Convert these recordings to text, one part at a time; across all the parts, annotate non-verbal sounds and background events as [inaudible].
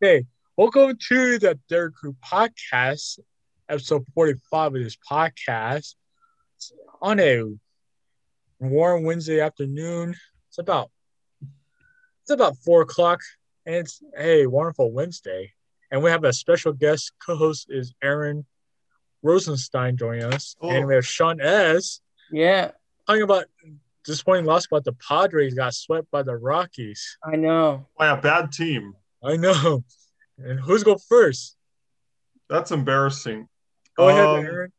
Hey, welcome to the Third Crew podcast, episode 45 of this podcast. It's on a warm Wednesday afternoon. It's about it's about four o'clock, and it's a wonderful Wednesday. And we have a special guest co-host is Aaron Rosenstein joining us, and Oh. we have Sean S. Yeah, talking about disappointing loss, but the Padres got swept by the Rockies. I know. by a bad team. I know. And who's go first? That's embarrassing. Go Um, ahead, Aaron.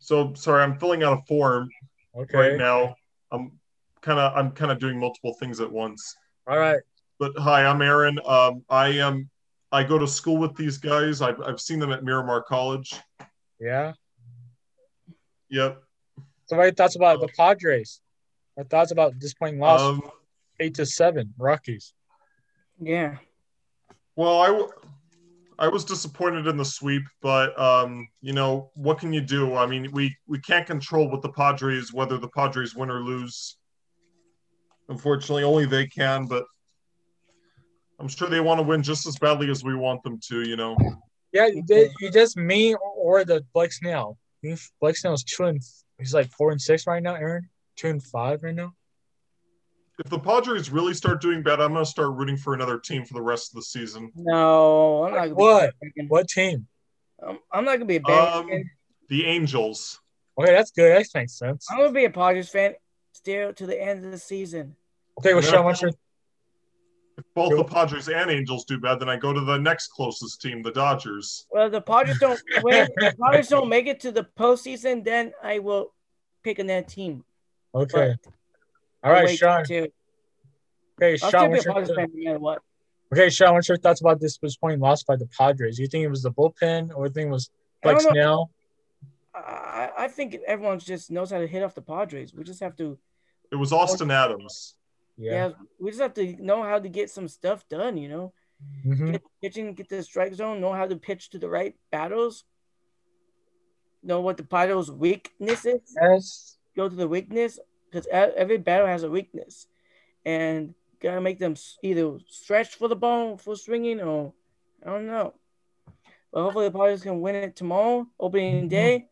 So sorry, I'm filling out a form Okay. right now. I'm kind of I'm kind of doing multiple things at once. All right. But hi, I'm Aaron. Um, I am I go to school with these guys. I've, I've seen them at Miramar College. Yeah. Yep. So my thoughts about the Padres. My thoughts about disappointing loss Um, eight to seven Rockies. Yeah. well, I w- I was disappointed in the sweep, but um, you know what can you do? I mean, we we can't control what the Padres whether the Padres win or lose. Unfortunately, only they can. But I'm sure they want to win just as badly as we want them to. You know. Yeah, you did you just me or, or the Blake Snell. You- Blake Snell's two and he's like four and six right now, Aaron. Two and five right now. If the Padres really start doing bad, I'm going to start rooting for another team for the rest of the season. No, I'm not. Gonna What? Be a bandwagon. What team? I'm, I'm not gonna be a Um, bandwagon. the Angels. Okay, that's good. That makes sense. I'm gonna be a Padres fan still to the end of the season. Okay, well, Sean, what's your If both the Padres and Angels do bad, then I go to the next closest team, the Dodgers. Well, if the Padres don't win. if the Padres don't make it to the postseason, then I will pick another team. okay? But All I'll right, wait Sean. Too. Okay, I'll Sean, what's still be a Padres your, fan no matter what. okay, Sean, what's your thoughts about this disappointing loss by the Padres? You think it was the bullpen, or you think it was I Blake don't know. Snell? I, I- I think everyone just knows how to hit off the Padres. We just have to. It was Austin Adams. Yeah. yeah we just have to know how to get some stuff done. You know. Mhm. pitching, get to the strike zone, know how to pitch to the right battles, know what the battle's weakness is, Yes. go to the weakness, because every battle has a weakness. And gotta make them s- either stretch for the ball, for swinging, or I don't know. But hopefully the Padres can win it tomorrow, opening Mhm. day,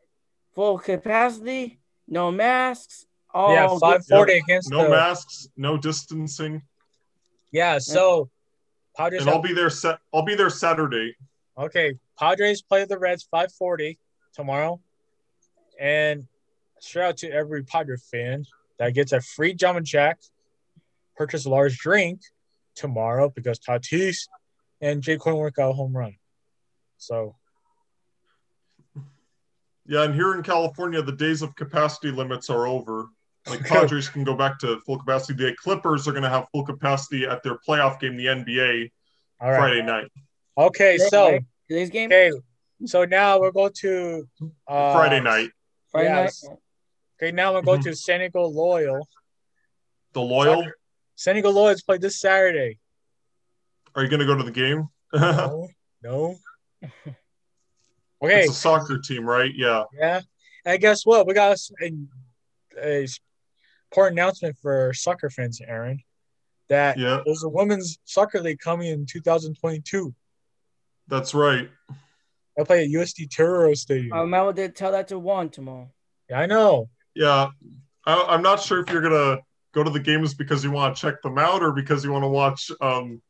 full capacity, no masks, all yeah, five forty against No the masks, no distancing, yeah. So Padres and I'll be there. Set. I'll be there Saturday. Okay, Padres play the Reds 5:40 tomorrow, and shout out to every Padre fan that gets a free Jam and Jack, purchase a large drink tomorrow because Tatis and Jay Cornwork got a home run. So Yeah, and here in California, the days of capacity limits are over. [laughs] Like Okay. Padres can go back to full capacity. The Clippers are going to have full capacity at their playoff game, the NBA, all right, Friday night. okay, Today, so right? today's game, okay, so now we'll go to uh, Friday night, Mm-hmm. Friday yes. night. Okay, now we'll go to San Diego Loyal. the Loyal. San Diego Loyal's play this Saturday. Are you going to go to the game? [laughs] No, no. [laughs] Okay, it's a soccer team, right? Yeah. Yeah. And guess what? We got a, a important announcement for soccer fans, Aaron, that Yeah. there's a women's soccer league coming in 2022. That's right. They'll play at USD Turo Stadium. I'm out to tell that to Juan tomorrow. yeah, I know. Yeah. I, I'm not sure if you're going to go to the games because you want to check them out or because you want to watch [laughs] um,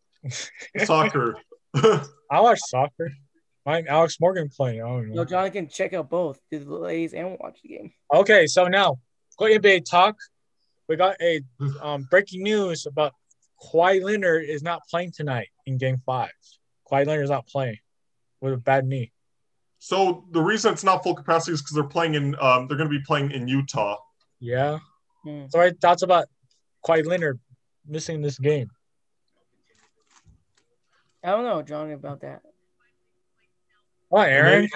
soccer. I watch soccer. Mine, Alex Morgan playing. I don't No, know. John can check out both the ladies and watch the game. Okay, so now, go NBA talk. We got a um, breaking news about Kawhi Leonard is not playing tonight in Game Five. Kawhi Leonard is not playing with a bad knee. so the reason it's not full capacity is because they're playing in, um, they're going to be playing in Utah. Yeah. Hmm. So my thoughts about Kawhi Leonard missing this game. I don't know, John, about that. Why, Aaron?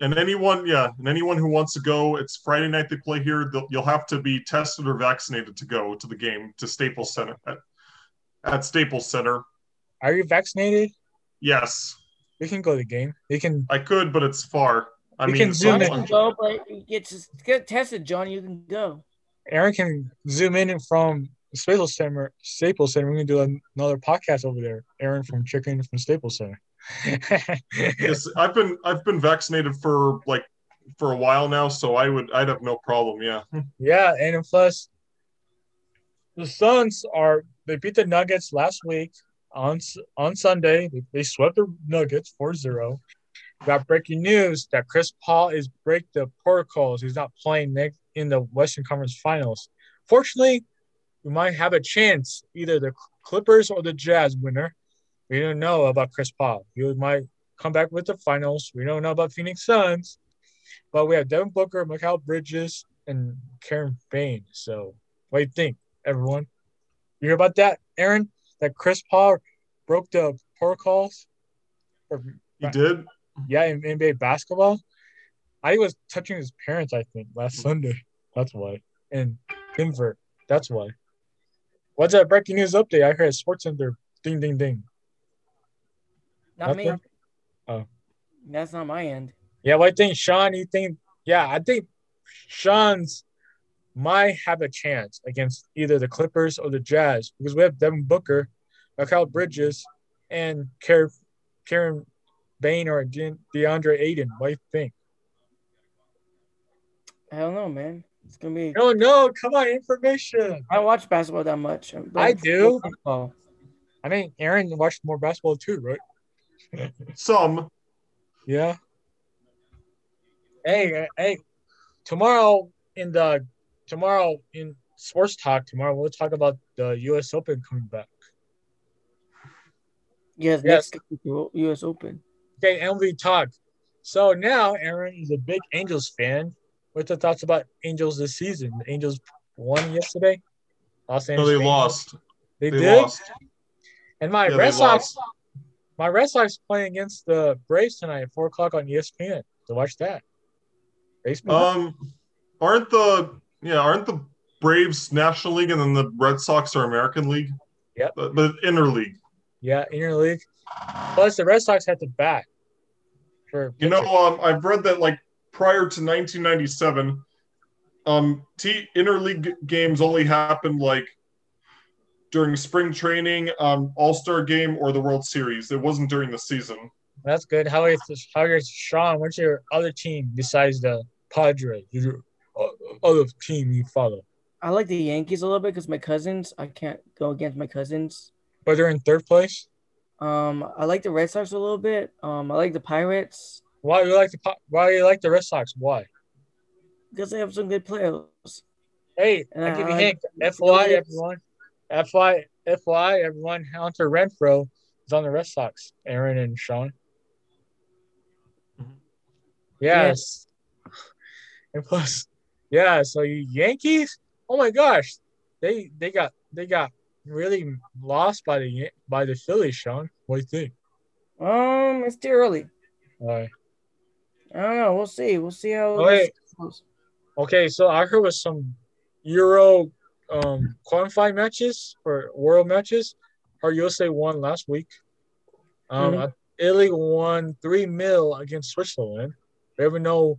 And anyone, yeah, and anyone who wants to go, it's Friday night they play here. They'll, you'll have to be tested or vaccinated to go to the game to Staples Center. At, at Staples Center, Are you vaccinated? yes, We can go to the game. We can. I could, but it's far. I We mean, can it's zoom John not in. can long- go, but you get to get tested, John. You can go. Aaron can zoom in from the Staples Center, Staples Center, we can do another podcast over there. Aaron from Chicken from Staples Center. [laughs] yes, I've been I've been vaccinated for like for a while now, so I would I'd have no problem. Yeah. yeah, and plus, the Suns are they beat the Nuggets last week on on Sunday. They, they swept the Nuggets 4-0. Got breaking news that Chris Paul is break the protocols. He's not playing next in the Western Conference Finals. Fortunately, we might have a chance either the Clippers or the Jazz winner. We don't know about Chris Paul. He might come back with the finals. We don't know about Phoenix Suns, but we have Devin Booker, Mikal Bridges, and Karen Bain. So, what do you think, everyone? You hear about that, Aaron? That Chris Paul broke the protocols? Or, he did. Yeah, in NBA basketball. I was touching his parents. I think last Sunday. That's why. And Denver. That's why. What's that breaking news update? I heard Sports Center. Ding, ding, ding. Not me. Nothing? Oh. That's not my end. Yeah, well, I think Sean. You think? Yeah, I think Sean's might have a chance against either the Clippers or the Jazz because we have Devin Booker, Mikal Bridges, and Karen, Karen Bain or De- DeAndre Aiden. What do you think? I don't know, man. It's gonna be. No, no, come on, information. I don't watch basketball that much. but I do. football. I mean, Aaron watched more basketball too, right? Some. Yeah. Hey, uh, hey, tomorrow in the tomorrow in sports talk tomorrow we'll talk about the U.S. Open coming back. Yes, Yes. next U.S. Open. Okay, MV talk. So now Aaron is a big Angels fan. What's your thoughts about Angels this season? The Angels won yesterday. Los No, Angeles. they Angels. lost. They, They did. lost. And my Yeah, they Red Sox, lost. my Red Sox playing against the Braves tonight at four o'clock on E ESPN. So watch that. Baseball. Um, aren't the yeah aren't the Braves National League and then the Red Sox are American League? Yep. But, but interleague. yeah, interleague. Plus, the Red Sox had to bat. For You know, um, I've read that like prior to 1997, um, t- interleague games only happened like during spring training, um, All Star game, or the World Series. It wasn't during the season. That's good. How is this, how is Sean? What's your other team besides the Padres? Your uh, other team you follow? I like the Yankees a little bit because my cousins. I can't go against my cousins. But they're in third place. Um, I like the Red Sox a little bit. Um, I like the Pirates Why you like the Pa- Why you like the Red Sox? Why? because they have some good players. Hey, I Uh, give you I a like hint. FY Phillies. everyone. FY FY everyone. Hunter Renfro is on the Red Sox. Aaron and Sean. Mm-hmm. Mhm. Yes. [laughs] And plus, yeah. So you Yankees. Oh my gosh, they they got they got really lost by the Yan- by the Phillies. Sean, what do you think? Um, it's too early. All right. I don't know. We'll see. We'll see how. Oh, wait. this goes. Okay, so I heard with some Euro um qualifying matches or world matches. Our USA won last week. Um Mhm. Italy won three mil against Switzerland. We even know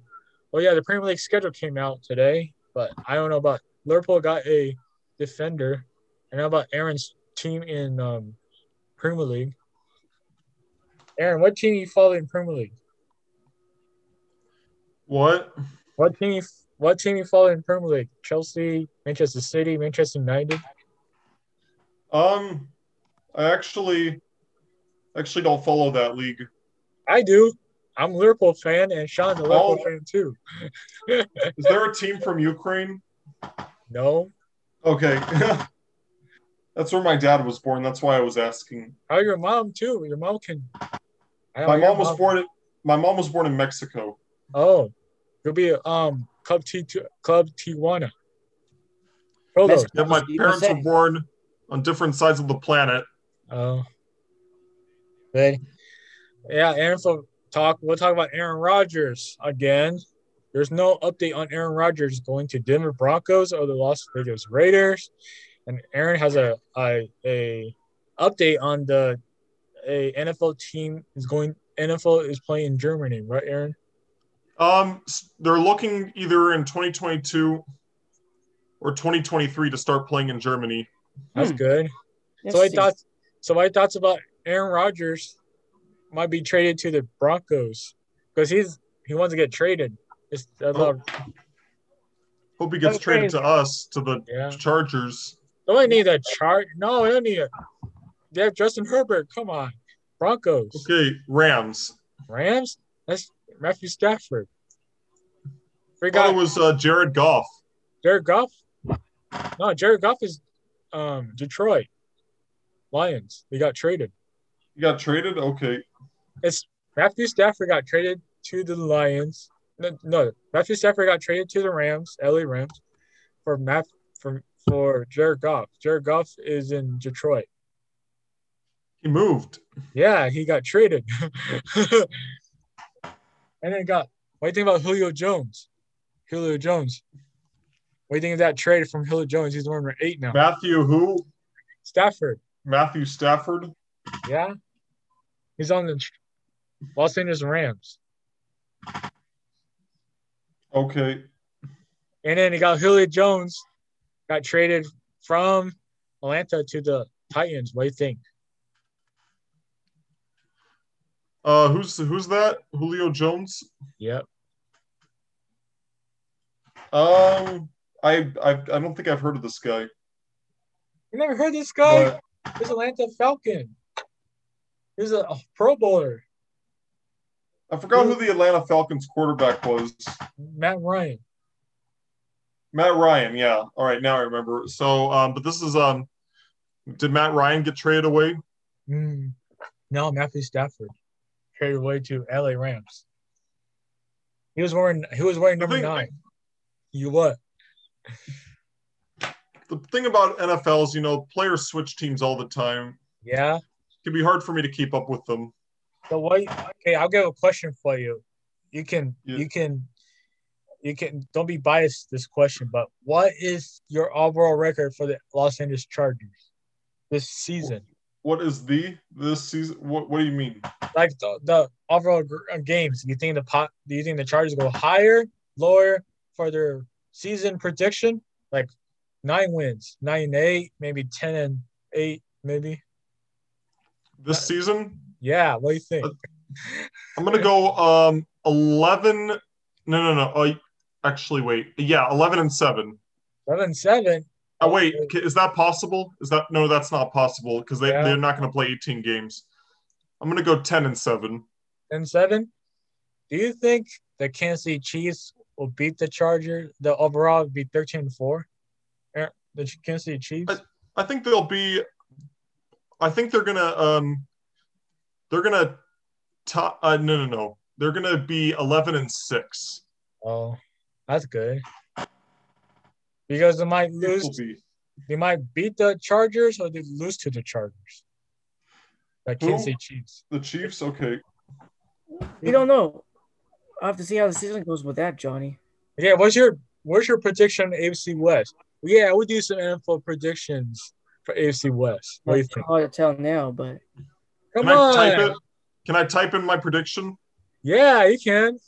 oh yeah, the Premier League schedule came out today, but I don't know about Liverpool got a defender. I know about Aaron's team in um Premier League. Aaron, what team you follow in Premier League? What? What team? You, what team you follow in Premier League? Chelsea, Manchester City, Manchester United. Um, I actually actually don't follow that league. I do. I'm a Liverpool fan, and Sean's a Liverpool Oh. fan too. Is there a team from Ukraine? No, Okay. [laughs] That's where my dad was born. That's why I was asking. oh, your mom too. Your mom can. I don't My know, your mom was born in, my mom was born in Mexico. Oh, you'll be um club T club Tijuana. Prolos. Mexico. Yeah, my That's what people parents say. were born on different sides of the planet. Oh, good. Yeah, Aaron. So talk. We'll talk about Aaron Rodgers again. There's no update on Aaron Rodgers going to Denver Broncos or the Las Vegas Raiders, and Aaron has a a, a update on the a NFL team is going. NFL is playing in Germany, right, Aaron? Um, s- they're looking either in 2022 or 2023 to start playing in Germany. That's Hmm. good. So I Interesting. thought so my thoughts about Aaron Rodgers might be traded to the Broncos because he's he wants to get traded. It's that's all- Hope he gets Okay. traded to us, to the yeah. Chargers. Don't I need a chart? No, I don't need a. They have Justin Herbert. Come on, Broncos, Okay, Rams. Rams. That's Matthew Stafford. I thought Forgot it was uh, Jared Goff. Jared Goff. No, Jared Goff is um, Detroit Lions. They got traded. You got traded? Okay. It's Matthew Stafford got traded to the Lions. No, no, Matthew Stafford got traded to the Rams, LA Rams, for Matt for for Jared Goff. Jared Goff is in Detroit. He moved. Yeah, he got traded. [laughs] and then got what do you think about Julio Jones? Julio Jones. What do you think of that trade from Julio Jones? He's number eight now. Matthew who? Stafford. Matthew Stafford. Yeah. He's on the Los Angeles Rams. Okay. And then he got Julio Jones, got traded from Atlanta to the Titans. What do you think? Uh, who's who's that? Julio Jones. Yep. Um, I I, I don't think I've heard of this guy. You never heard this guy? But He's Atlanta Falcon. He's a a Pro Bowler, I forgot who the Atlanta Falcons quarterback was. Matt Ryan. Matt Ryan. Yeah. All right. Now I remember. So, um, but this is um, did Matt Ryan get traded away? Mm. No, Matthew Stafford traded away to LA Rams. He was wearing he was wearing number thing- nine. You what? The thing about NFL is, you know, players switch teams all the time. Yeah. It can be hard for me to keep up with them. So what? Okay, I'll give a question for you. You can Yeah. you can you can don't be biased this question, but what is your overall record for the Los Angeles Chargers this season? What is the this season? What What do you mean? Like the, the overall gr- uh, games, you think the pot? Do you think the Chargers go higher, lower for their season prediction? Like nine wins, nine and eight, maybe ten and eight, maybe. This season? Yeah, what do you think? I'm gonna go um eleven. No, no, no. Uh, actually, wait. Yeah, eleven and seven. Eleven and seven. Oh, wait. ca- Is that possible? Is that no? That's not possible because they Yeah. they're not gonna play 18 games. I'm gonna go 10 and seven. and seven. Do you think the Kansas City Chiefs will beat the Chargers? The overall would be thirteen and four. Er, The Ch- Kansas City Chiefs. I think they'll be. I think they're gonna um, they're gonna top. Uh, no, no, no. They're gonna be 11 and six. Oh, that's good. Because they might Will lose. be. They might beat the Chargers, or they lose to the Chargers. The Kansas City Chiefs. The Chiefs. Okay. we don't know. I have to see how the season goes with that, Johnny. Yeah. What's your What's your prediction on AFC West? Yeah, we'll do some NFL predictions for AFC West. What do you It's think? hard to tell now, but Come Can I type on. it? Can I type in my prediction? Yeah, you can.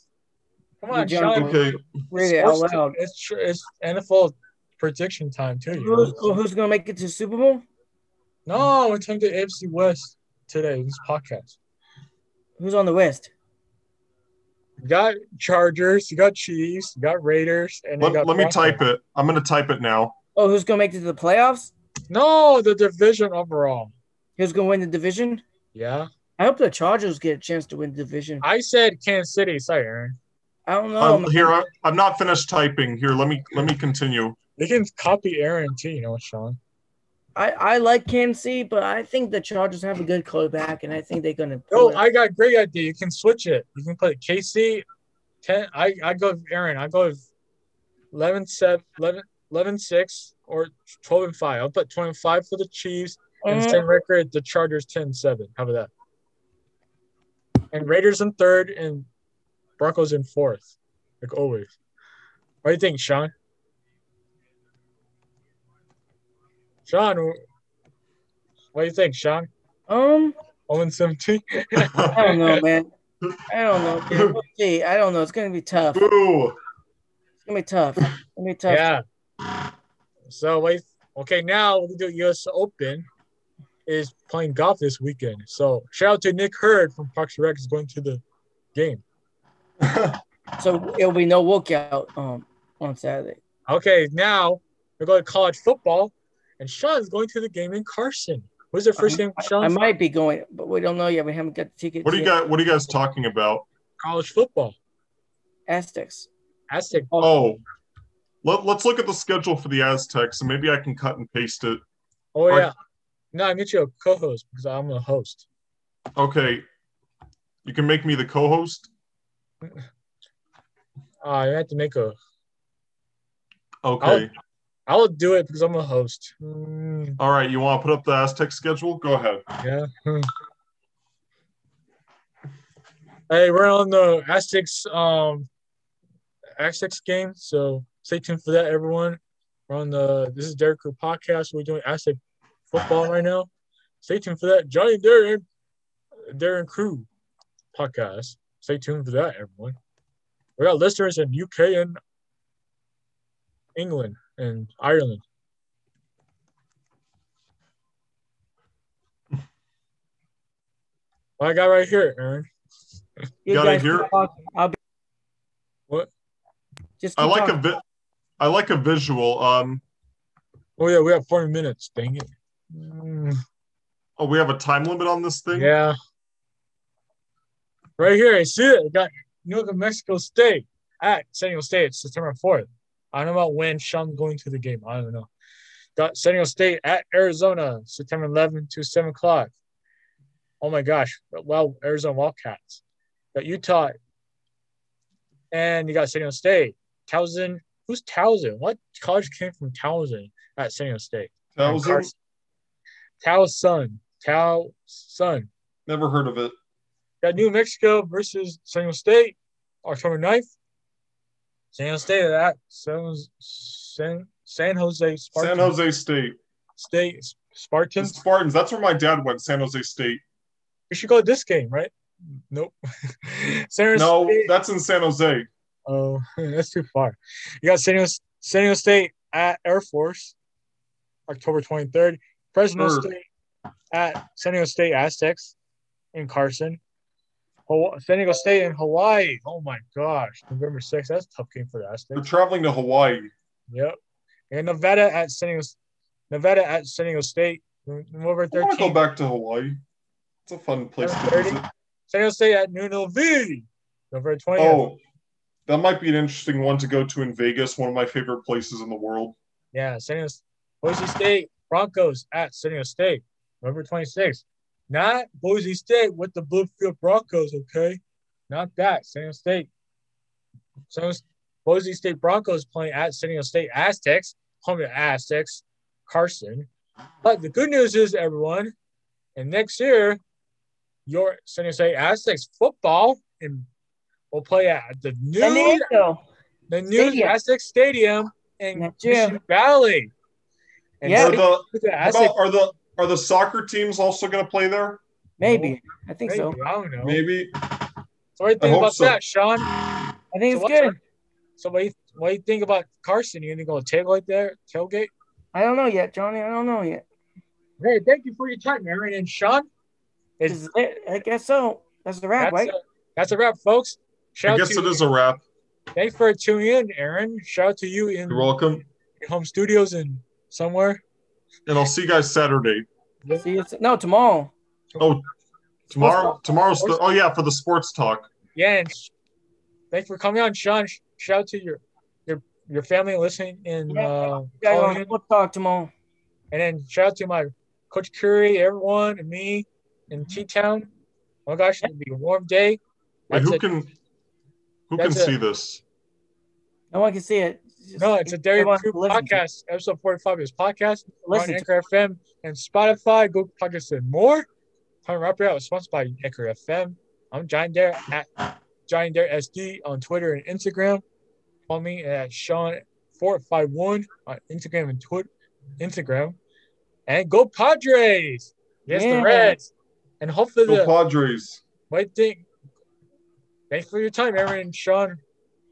Come on, You're jumping. Sean. Okay. read it out Sports loud. team- It's tr- it's NFL prediction time too. you Who's, oh, know? who's gonna make it to the Super Bowl? No, we're talking to AFC West today. This podcast. Who's on the West? You got Chargers, you got Chiefs, you got Raiders, and you Let, got let me Broncos. type it. I'm gonna type it now. Oh, who's gonna make it to the playoffs? No, the division overall. Who's gonna win the division? Yeah, I hope the Chargers get a chance to win the division. I said Kansas City. Sorry, Aaron. I don't know. I'm, man. here, I, I'm not finished typing. Here, let me let me continue. [laughs] They can copy Aaron too. You know what, Sean? I, I like Kansas City, but I think the Chargers have a good quarterback, and I think they're gonna. No, pull it. I got a great idea. You can switch it. You can put KC. Ten. I I go with Aaron. I go with 11, 7, 11, 11 6 or twelve and five. I'll put twenty five for the Chiefs. and Mhm. same record the Chargers 10-7. How about that? And Raiders in third and Broncos in fourth, like always. What do you think, Sean? Sean, wh- what do you think, Sean? um, 0 17? I don't know, man. I don't know. dude. We'll see. I don't know. It's gonna be tough. It's Boo! [laughs] gonna be tough. It's gonna be tough. Yeah. So what do you, Okay, now we do US Open is playing golf this weekend. So shout out to Nick Hurd from Parks and Rec is going to the game. So it'll be no workout um on Saturday. Okay, now we're going to college football, and Sean's going to the game in Carson. What's their first game, Sean? I might be going, but we don't know yet. We haven't got the tickets. What do you yet. guys What are you guys talking about? college football. Aztecs. Aztec. Oh, let, let's look at the schedule for the Aztecs, and maybe I can cut and paste it. Oh Or- yeah. No, I get you a co-host because I'm a host. Okay, you can make me the co-host. Uh, I have to make a. Okay, Oh. I'll do it because I'm a host. Mm, all right. You want to put up the Aztec schedule? Go ahead. yeah. [laughs] Hmm. Hey, we're on the Aztecs um Aztecs game, so stay tuned for that, everyone. We're on the this is Derek Crew podcast. We're doing Aztec football right now. Stay tuned for that, Johnny Darren, Darren Crew podcast. Stay tuned for that, everyone. We got listeners in UK and England and Ireland. What I got right here, Aaron. You Gotta guys hear- keep talking. I'll be. What? Just I keep like a talking. vi- I like a visual. Um, Oh yeah, we have 40 minutes. Dang it. Mm, oh, we have a time limit on this thing. yeah. Right here, I see it. I got New York and Mexico State at San Diego State September 4th. I don't know about when Sean's going to the game. I don't know. Got San Diego State at Arizona September 11th to 7 o'clock. Oh my gosh. Wow, Arizona Wildcats. Got Utah. And you got San Diego State. Towson. Who's Towson? What college came from Towson at San Diego State? Thousand. Tao Sun. Tao Sun. Never heard of it. Got New Mexico versus San Diego State, October 9th. San Diego State at San, San, San Jose Spartans. San Jose State. State The Spartans. Spartans. That's where my dad went. San Jose State. We should go to this game, right? Nope. [laughs] San Jose No, State. that's in San Jose. Oh, [laughs] that's too far. You got San Diego, San Diego State at Air Force, October 23rd. Fresno Sure. State at San Diego State Aztecs in Carson. Haw- San Diego State in Hawaii. Oh my gosh, November 6th. That's a tough game for the They're Aztecs. traveling to Hawaii. Yep. And Nevada at San Diego, Nevada at San Diego State, November I want to go 13th. back to Hawaii. It's a fun place to Thirty? visit. San Diego State at Nuno V, November 20th. Oh, that might be an interesting one to go to in Vegas, one of my favorite places in the world. Yeah, San Diego, Boise State Broncos at San Diego State, November 26th. Not Boise State with the Bluefield Broncos, okay? Not that. San Diego State. San Diego- Boise State Broncos playing at San Diego State Aztecs, home to Aztecs, Carson. But the good news is, everyone, and next year, your San Diego State Aztecs football and will play at the San new Diego. the new Stadium. Aztec Stadium in Not true. Mission Valley. And Yeah. Are the with the how Aztec, about, are the are the soccer teams also going to play there? Maybe. I think so. maybe, I don't know. Maybe. So what do you I think hope about so. that, Sean? I think So it's what's good. So what do you, what do you think about Carson? You gonna go tailgate there? Tailgate? I don't know yet, Johnny. I don't know yet. Hey, thank you for your time, Aaron and Sean. It's, Is it- I guess so. That's the wrap, that's, right? a, that's a wrap, folks. Shout I out guess to it is a wrap. Thanks for tuning in, Aaron. Shout out to you in You're welcome, your home studios and somewhere. and I'll see you guys Saturday. a- See you, s- no, tomorrow. Oh, tomorrow. Tomorrow's. Th- oh yeah, for the sports talk. Yeah, and sh- thanks for coming on, Sean. Sh- Shout out to your your your family listening and Yeah. uh, You guys calling on in. Sports Talk tomorrow. and then shout out to my coach Curry, everyone, and me, and T Town. Oh my gosh, it'll be a warm day. Wait, That's who a- can who can That's it. see this? No one can see it. It's just- No, it's a Dairy everyone Crew listen to it. podcast, episode 45 of this podcast Listen on to Anchor FM and Spotify, Google Podcasts, and more. Time Rapper Out is sponsored by Anchor FM. I'm Giant Dare at Giant Dare SD on Twitter and Instagram. Follow me at Sean451 on Instagram and Twitter, Instagram. And go Padres! Yes, Yeah. the Reds. And hopefully Go the Padres. Wait, thing. Thanks for your time, Aaron and Sean.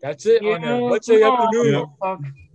That's it on the Yeah, What's Up tomorrow, Afternoon. Sports Talk.